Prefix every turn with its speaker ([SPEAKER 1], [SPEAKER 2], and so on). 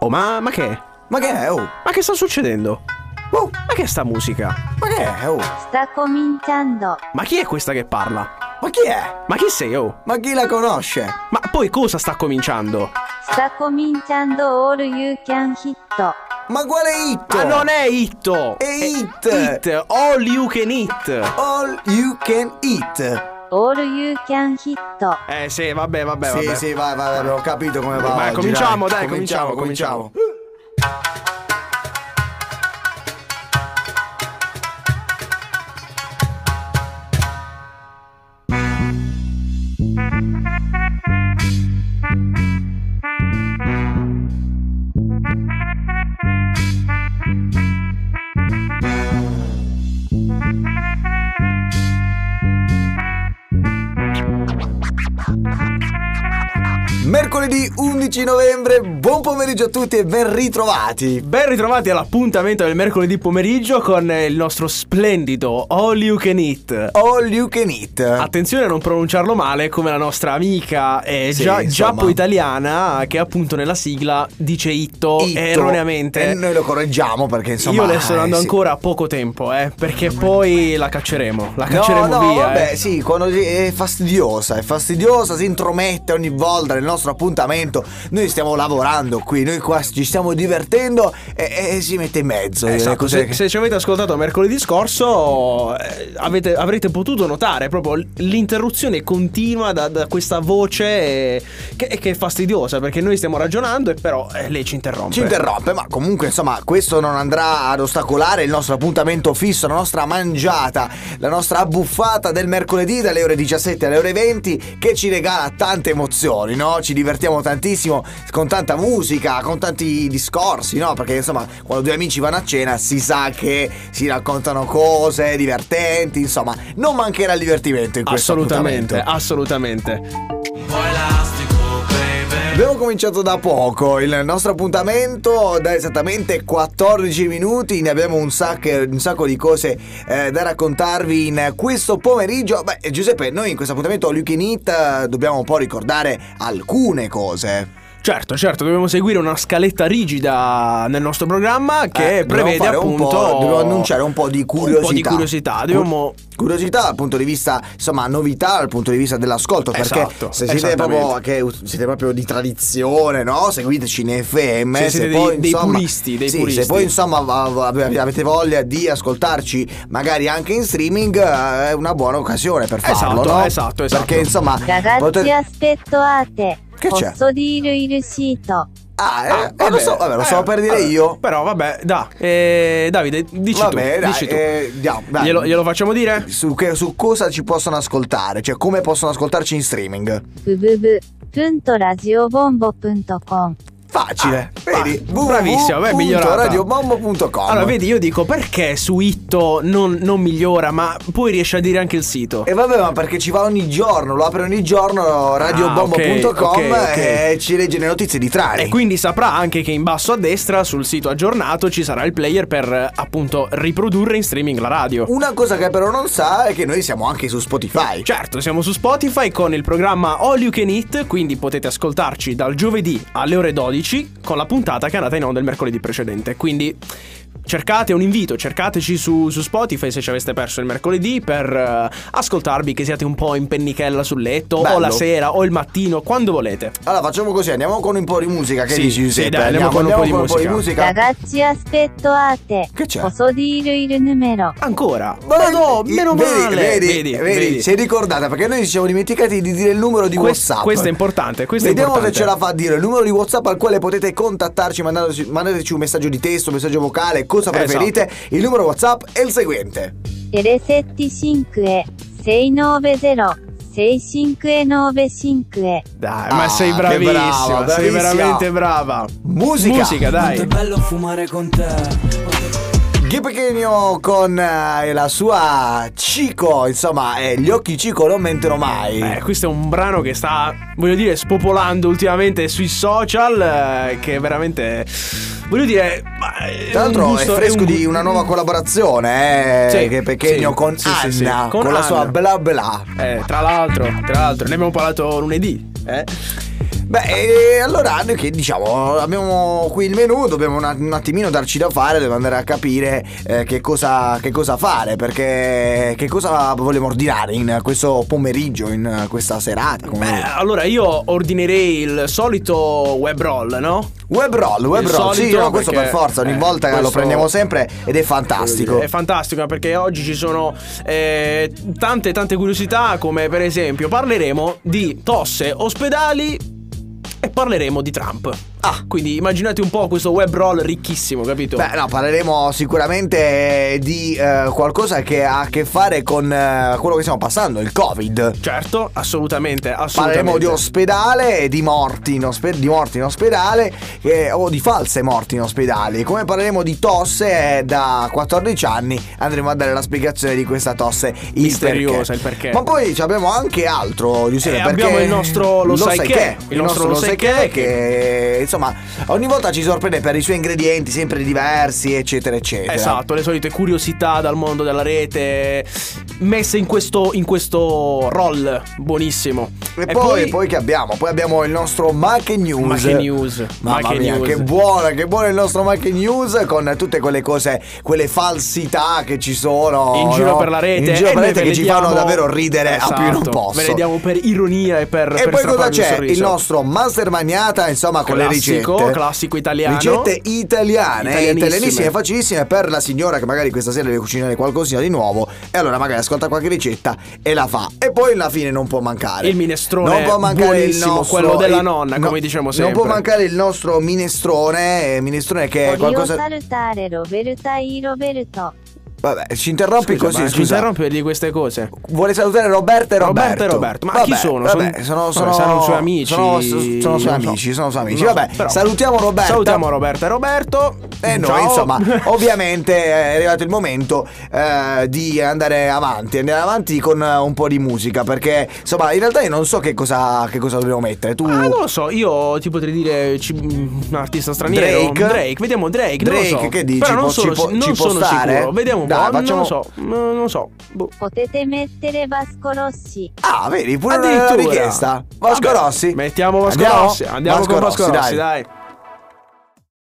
[SPEAKER 1] Oh, ma, ma che?
[SPEAKER 2] Ma che è, oh?
[SPEAKER 1] Ma che sta succedendo?
[SPEAKER 2] Oh,
[SPEAKER 1] Ma che è sta musica?
[SPEAKER 2] ma che è, oh?
[SPEAKER 3] Sta cominciando.
[SPEAKER 1] Ma chi è questa che parla?
[SPEAKER 2] Ma chi è?
[SPEAKER 1] Ma chi sei, oh?
[SPEAKER 2] Ma chi la conosce?
[SPEAKER 1] Ma poi cosa sta cominciando?
[SPEAKER 3] Sta cominciando All You Can Hit.
[SPEAKER 2] Ma quale hit?
[SPEAKER 1] Ma Ah, non è Itto!
[SPEAKER 2] Cioè. È It.
[SPEAKER 1] It! All you can eat!
[SPEAKER 2] All you can eat.
[SPEAKER 3] All You Can Hit.
[SPEAKER 1] Eh sì, vabbè, vabbè,
[SPEAKER 2] Sì,
[SPEAKER 1] vabbè.
[SPEAKER 2] sì, vai, vai, vai, ho capito come va.
[SPEAKER 1] Vai,
[SPEAKER 2] oggi,
[SPEAKER 1] cominciamo, dai, cominciamo,
[SPEAKER 2] cominciamo. Mercoledì 11 novembre, buon pomeriggio a tutti e ben ritrovati.
[SPEAKER 1] Ben ritrovati all'appuntamento del mercoledì pomeriggio con eh, il nostro splendido All You Can Eat.
[SPEAKER 2] All you can eat.
[SPEAKER 1] Attenzione a non pronunciarlo male come la nostra amica eh,
[SPEAKER 2] Sì,
[SPEAKER 1] gia-
[SPEAKER 2] insomma.
[SPEAKER 1] giappo-italiana che appunto nella sigla dice Itto,
[SPEAKER 2] Itto.
[SPEAKER 1] erroneamente.
[SPEAKER 2] E noi lo correggiamo perché insomma.
[SPEAKER 1] Io le sto dando
[SPEAKER 2] eh, sì.
[SPEAKER 1] ancora poco tempo, eh, perché poi la cacceremo, la cacceremo
[SPEAKER 2] no, no,
[SPEAKER 1] via.
[SPEAKER 2] vabbè,
[SPEAKER 1] eh.
[SPEAKER 2] sì, quando è fastidiosa, è fastidiosa, si intromette ogni volta nel nostro appuntamento. Noi stiamo lavorando qui, noi qua ci stiamo divertendo e, e si mette in mezzo. eh,
[SPEAKER 1] Esatto,
[SPEAKER 2] cos'è
[SPEAKER 1] se,
[SPEAKER 2] che-
[SPEAKER 1] se ci avete ascoltato mercoledì scorso eh, avete- avrete potuto notare proprio l- l'interruzione continua da, da questa voce eh, che, che è fastidiosa perché noi stiamo ragionando e però eh, lei ci interrompe.
[SPEAKER 2] Ci interrompe, ma comunque insomma questo non andrà ad ostacolare il nostro appuntamento fisso, la nostra mangiata, la nostra abbuffata del mercoledì dalle ore 17 alle ore 20 che ci regala tante emozioni, no? Ci divertiamo tantissimo con tanta musica, con tanti discorsi, no? Perché insomma quando due amici vanno a cena si sa che si raccontano cose divertenti, insomma non mancherà il divertimento in questo
[SPEAKER 1] assolutamente,
[SPEAKER 2] appuntamento.
[SPEAKER 1] assolutamente.
[SPEAKER 2] Abbiamo cominciato da poco il nostro appuntamento, da esattamente 14 minuti, ne abbiamo un, sac- un sacco di cose eh, da raccontarvi in questo pomeriggio. Beh, Giuseppe, noi in questo appuntamento All You Can Eat eh, dobbiamo un po' ricordare alcune cose.
[SPEAKER 1] Certo, certo, dobbiamo seguire una scaletta rigida nel nostro programma che
[SPEAKER 2] Eh, dobbiamo
[SPEAKER 1] prevede
[SPEAKER 2] fare un
[SPEAKER 1] appunto
[SPEAKER 2] po', dobbiamo annunciare un po' di curiosità.
[SPEAKER 1] Un po' di curiosità, dobbiamo
[SPEAKER 2] Curiosità dal punto di vista, insomma, novità dal punto di vista dell'ascolto. Perché
[SPEAKER 1] Esatto,
[SPEAKER 2] se siete
[SPEAKER 1] esattamente.
[SPEAKER 2] proprio, che siete proprio di tradizione, no? Seguiteci in FM.
[SPEAKER 1] Se siete
[SPEAKER 2] poi,
[SPEAKER 1] dei- dei
[SPEAKER 2] insomma,
[SPEAKER 1] puristi, dei
[SPEAKER 2] sì,
[SPEAKER 1] puristi.
[SPEAKER 2] Se poi, insomma, va- va- avete voglia di ascoltarci magari anche in streaming, eh, è una buona occasione per farlo,
[SPEAKER 1] Esatto,
[SPEAKER 2] no?
[SPEAKER 1] esatto, esatto.
[SPEAKER 2] Perché, insomma,
[SPEAKER 3] Ragazzi, eh.
[SPEAKER 2] potete-
[SPEAKER 3] aspettate.
[SPEAKER 2] Che c'è?
[SPEAKER 3] Posso dire il sito?
[SPEAKER 2] Ah, eh,
[SPEAKER 1] Ah,
[SPEAKER 2] eh, lo
[SPEAKER 1] vabbè.
[SPEAKER 2] so, vabbè, lo
[SPEAKER 1] Eh,
[SPEAKER 2] so per dire
[SPEAKER 1] vabbè.
[SPEAKER 2] io.
[SPEAKER 1] Però vabbè, da. Eh, Davide, dici
[SPEAKER 2] Vabbè,
[SPEAKER 1] tu.
[SPEAKER 2] dai,
[SPEAKER 1] dici tu.
[SPEAKER 2] eh, andiamo, dai.
[SPEAKER 1] Glielo, glielo facciamo dire?
[SPEAKER 2] su, che- su cosa ci possono ascoltare, cioè come possono ascoltarci in streaming.
[SPEAKER 3] www.radiobombo.com
[SPEAKER 2] Facile,
[SPEAKER 1] Ah,
[SPEAKER 2] vedi?
[SPEAKER 1] va- bravissima, beh, migliorata.
[SPEAKER 2] www.radiobombo.com
[SPEAKER 1] Allora, vedi, io dico perché su Itto non, non migliora, ma poi riesce a dire anche il sito.
[SPEAKER 2] E vabbè, ma perché ci va ogni giorno, lo apre ogni giorno radiobombo.com
[SPEAKER 1] ok, Ah, ok, ok.
[SPEAKER 2] e ci legge le notizie di Trani.
[SPEAKER 1] E quindi saprà anche che in basso a destra, sul sito aggiornato, ci sarà il player per eh, appunto riprodurre in streaming la radio.
[SPEAKER 2] Una cosa che però non sa è che noi siamo anche su Spotify.
[SPEAKER 1] Certo, siamo su Spotify con il programma All You Can Eat, quindi potete ascoltarci dal giovedì alle ore 12 con la puntata che è andata in onda il mercoledì precedente. Quindi cercate un invito, cercateci su, su Spotify se ci aveste perso il mercoledì per eh, ascoltarvi che siate un po' in pennichella sul letto o
[SPEAKER 2] Bello.
[SPEAKER 1] la sera o il mattino, quando volete.
[SPEAKER 2] Allora facciamo così, andiamo con un po' di musica, che
[SPEAKER 1] Sì,
[SPEAKER 2] dici
[SPEAKER 1] sì,
[SPEAKER 2] Giuseppe?
[SPEAKER 1] dai, andiamo con un po' di musica.
[SPEAKER 3] Ragazzi, aspettate.
[SPEAKER 2] Che c'è?
[SPEAKER 3] Posso dire il numero?
[SPEAKER 1] Ancora.
[SPEAKER 2] Ma
[SPEAKER 1] no, meno
[SPEAKER 2] vedi,
[SPEAKER 1] male.
[SPEAKER 2] Vedi, vedi, si è ricordata perché noi ci siamo dimenticati di dire il numero di
[SPEAKER 1] Quest-
[SPEAKER 2] WhatsApp.
[SPEAKER 1] questo è importante, questo è
[SPEAKER 2] Vediamo
[SPEAKER 1] importante.
[SPEAKER 2] se ce la fa a dire il numero di WhatsApp al quale potete contattarci, mandateci, mandateci un messaggio di testo, un messaggio vocale, cosa
[SPEAKER 1] Esatto.
[SPEAKER 2] preferite. Il numero WhatsApp è il seguente.
[SPEAKER 3] 075 690 6595
[SPEAKER 1] Dai,
[SPEAKER 2] Ah,
[SPEAKER 1] ma sei
[SPEAKER 2] che
[SPEAKER 1] bravissima,
[SPEAKER 2] brava,
[SPEAKER 1] sei
[SPEAKER 2] bravissima.
[SPEAKER 1] veramente brava.
[SPEAKER 2] Musica.
[SPEAKER 1] Musica, dai.
[SPEAKER 2] Ghi Pechegno con eh, la sua Cico, insomma, eh, gli occhi Cico non mentono mai.
[SPEAKER 1] Eh, questo è un brano che sta, voglio dire, spopolando ultimamente sui social. eh, che è veramente. Voglio dire. ma è
[SPEAKER 2] Tra
[SPEAKER 1] un
[SPEAKER 2] l'altro
[SPEAKER 1] gusto-
[SPEAKER 2] è fresco
[SPEAKER 1] un gu-
[SPEAKER 2] di una nuova collaborazione, eh,
[SPEAKER 1] Sì,
[SPEAKER 2] Ghi Pechegno
[SPEAKER 1] sì,
[SPEAKER 2] con
[SPEAKER 1] sì,
[SPEAKER 2] Anna,
[SPEAKER 1] sì, sì. Con
[SPEAKER 2] con, la
[SPEAKER 1] Anna.
[SPEAKER 2] sua bla bla.
[SPEAKER 1] Eh, tra l'altro, tra l'altro, ne abbiamo parlato lunedì. Eh?
[SPEAKER 2] Beh, e allora noi che diciamo, abbiamo qui il menù, dobbiamo un, un attimino darci da fare, dobbiamo andare a capire eh, che, cosa, che cosa fare, perché che cosa vogliamo ordinare in questo pomeriggio, in questa serata. come
[SPEAKER 1] Beh,
[SPEAKER 2] dire.
[SPEAKER 1] Eh, allora io ordinerei il solito web roll, no?
[SPEAKER 2] Web roll, web
[SPEAKER 1] Il
[SPEAKER 2] roll, sì,
[SPEAKER 1] solito,
[SPEAKER 2] no, questo
[SPEAKER 1] perché,
[SPEAKER 2] per forza, ogni
[SPEAKER 1] eh,
[SPEAKER 2] volta lo
[SPEAKER 1] questo-
[SPEAKER 2] prendiamo sempre ed è fantastico.
[SPEAKER 1] È fantastico perché oggi ci sono eh, tante tante curiosità come per esempio parleremo di tosse, ospedali e parleremo di Trump.
[SPEAKER 2] Ah.
[SPEAKER 1] Quindi immaginate un po' questo web roll ricchissimo, capito?
[SPEAKER 2] Beh, no, parleremo sicuramente eh, di eh, qualcosa che ha a che fare con eh, quello che stiamo passando, il Covid.
[SPEAKER 1] Certo, assolutamente, assolutamente.
[SPEAKER 2] Parleremo di ospedale e di morti in, ospe- di morti in ospedale eh, o di false morti in ospedale. Come parleremo di tosse eh, da 14 anni andremo a dare la spiegazione di questa tosse il
[SPEAKER 1] Misteriosa,
[SPEAKER 2] perché.
[SPEAKER 1] il perché.
[SPEAKER 2] Ma poi ci abbiamo anche altro, Giuseppe.
[SPEAKER 1] Eh,
[SPEAKER 2] perché
[SPEAKER 1] abbiamo il nostro lo sai che,
[SPEAKER 2] il nostro lo sai che, che insomma ogni volta ci sorprende per i suoi ingredienti sempre diversi, eccetera, eccetera.
[SPEAKER 1] Esatto, le solite curiosità dal mondo della rete messe in questo, in questo roll buonissimo.
[SPEAKER 2] E, poi, poi che abbiamo? Poi abbiamo il nostro Mac News.
[SPEAKER 1] Ma che news.
[SPEAKER 2] Mamma
[SPEAKER 1] ma che
[SPEAKER 2] mia,
[SPEAKER 1] news.
[SPEAKER 2] che buona, che buono il nostro Mac News con tutte quelle cose, quelle falsità che ci sono
[SPEAKER 1] in giro
[SPEAKER 2] no?
[SPEAKER 1] per la rete
[SPEAKER 2] in giro
[SPEAKER 1] e
[SPEAKER 2] per la
[SPEAKER 1] noi
[SPEAKER 2] rete
[SPEAKER 1] ve
[SPEAKER 2] che
[SPEAKER 1] le
[SPEAKER 2] ci
[SPEAKER 1] diamo-
[SPEAKER 2] fanno davvero ridere a più non
[SPEAKER 1] Esatto,
[SPEAKER 2] posso.
[SPEAKER 1] ve le diamo per ironia e per
[SPEAKER 2] e
[SPEAKER 1] per
[SPEAKER 2] poi
[SPEAKER 1] strapparvi un
[SPEAKER 2] cosa c'è? Il
[SPEAKER 1] sorriso.
[SPEAKER 2] nostro Master Magnata, insomma, con
[SPEAKER 1] Classico,
[SPEAKER 2] le ricette.
[SPEAKER 1] classico italiano.
[SPEAKER 2] Ricette italiane,
[SPEAKER 1] Italianissime.
[SPEAKER 2] italianissime, facilissime per la signora che magari questa sera deve cucinare qualcosina di nuovo. E allora magari ascolta qualche ricetta e la fa. E poi alla fine non può mancare.
[SPEAKER 1] Il minestrone
[SPEAKER 2] Non può mancare il
[SPEAKER 1] buonissimo,
[SPEAKER 2] nostro.
[SPEAKER 1] quello della
[SPEAKER 2] il-
[SPEAKER 1] nonna, come diciamo sempre.
[SPEAKER 2] Non può mancare il nostro minestrone. eh, Minestrone che è
[SPEAKER 3] Voglio
[SPEAKER 2] qualcosa.
[SPEAKER 3] salutare Roberta I Roberto.
[SPEAKER 2] Vabbè, ci interrompi
[SPEAKER 1] Scusa,
[SPEAKER 2] così,
[SPEAKER 1] ma ci
[SPEAKER 2] scusa.
[SPEAKER 1] interrompe di queste cose.
[SPEAKER 2] Vuole salutare Roberta e Roberto.
[SPEAKER 1] Roberta e Roberto. Ma
[SPEAKER 2] Vabbè,
[SPEAKER 1] chi sono?
[SPEAKER 2] Vabbè,
[SPEAKER 1] Sono-
[SPEAKER 2] sono,
[SPEAKER 1] vabbè, saranno suoi amici.
[SPEAKER 2] Sono, sono suoi
[SPEAKER 1] Non so.
[SPEAKER 2] amici, sono suoi amici.
[SPEAKER 1] No,
[SPEAKER 2] vabbè,
[SPEAKER 1] però-
[SPEAKER 2] salutiamo Roberta.
[SPEAKER 1] Salutiamo Roberta e Roberto.
[SPEAKER 2] E noi,
[SPEAKER 1] Ciao.
[SPEAKER 2] insomma, ovviamente è arrivato il momento eh, di andare avanti, andare avanti con eh, un po' di musica, perché insomma, in realtà io non so che cosa, che cosa dobbiamo mettere. Tu
[SPEAKER 1] Ah, non lo so, io ti potrei dire ci- mm, un artista straniero.
[SPEAKER 2] Drake?
[SPEAKER 1] vediamo Drake. non lo so.
[SPEAKER 2] Drake, che dici?
[SPEAKER 1] Però non
[SPEAKER 2] Può-
[SPEAKER 1] sono,
[SPEAKER 2] ci può-
[SPEAKER 1] non
[SPEAKER 2] ci può
[SPEAKER 1] sono
[SPEAKER 2] stare?
[SPEAKER 1] sicuro. Vediamo un po'.
[SPEAKER 2] Dai, facciamo-
[SPEAKER 1] Non lo so, non lo so. Boh.
[SPEAKER 3] Potete mettere Vasco Rossi.
[SPEAKER 2] Ah, vedi, pure una
[SPEAKER 1] Addirittura.
[SPEAKER 2] richiesta. Vasco
[SPEAKER 1] Vabbè,
[SPEAKER 2] Rossi.
[SPEAKER 1] Mettiamo Vasco
[SPEAKER 2] Andiamo?
[SPEAKER 1] Rossi. Andiamo con Vasco Rossi, dai.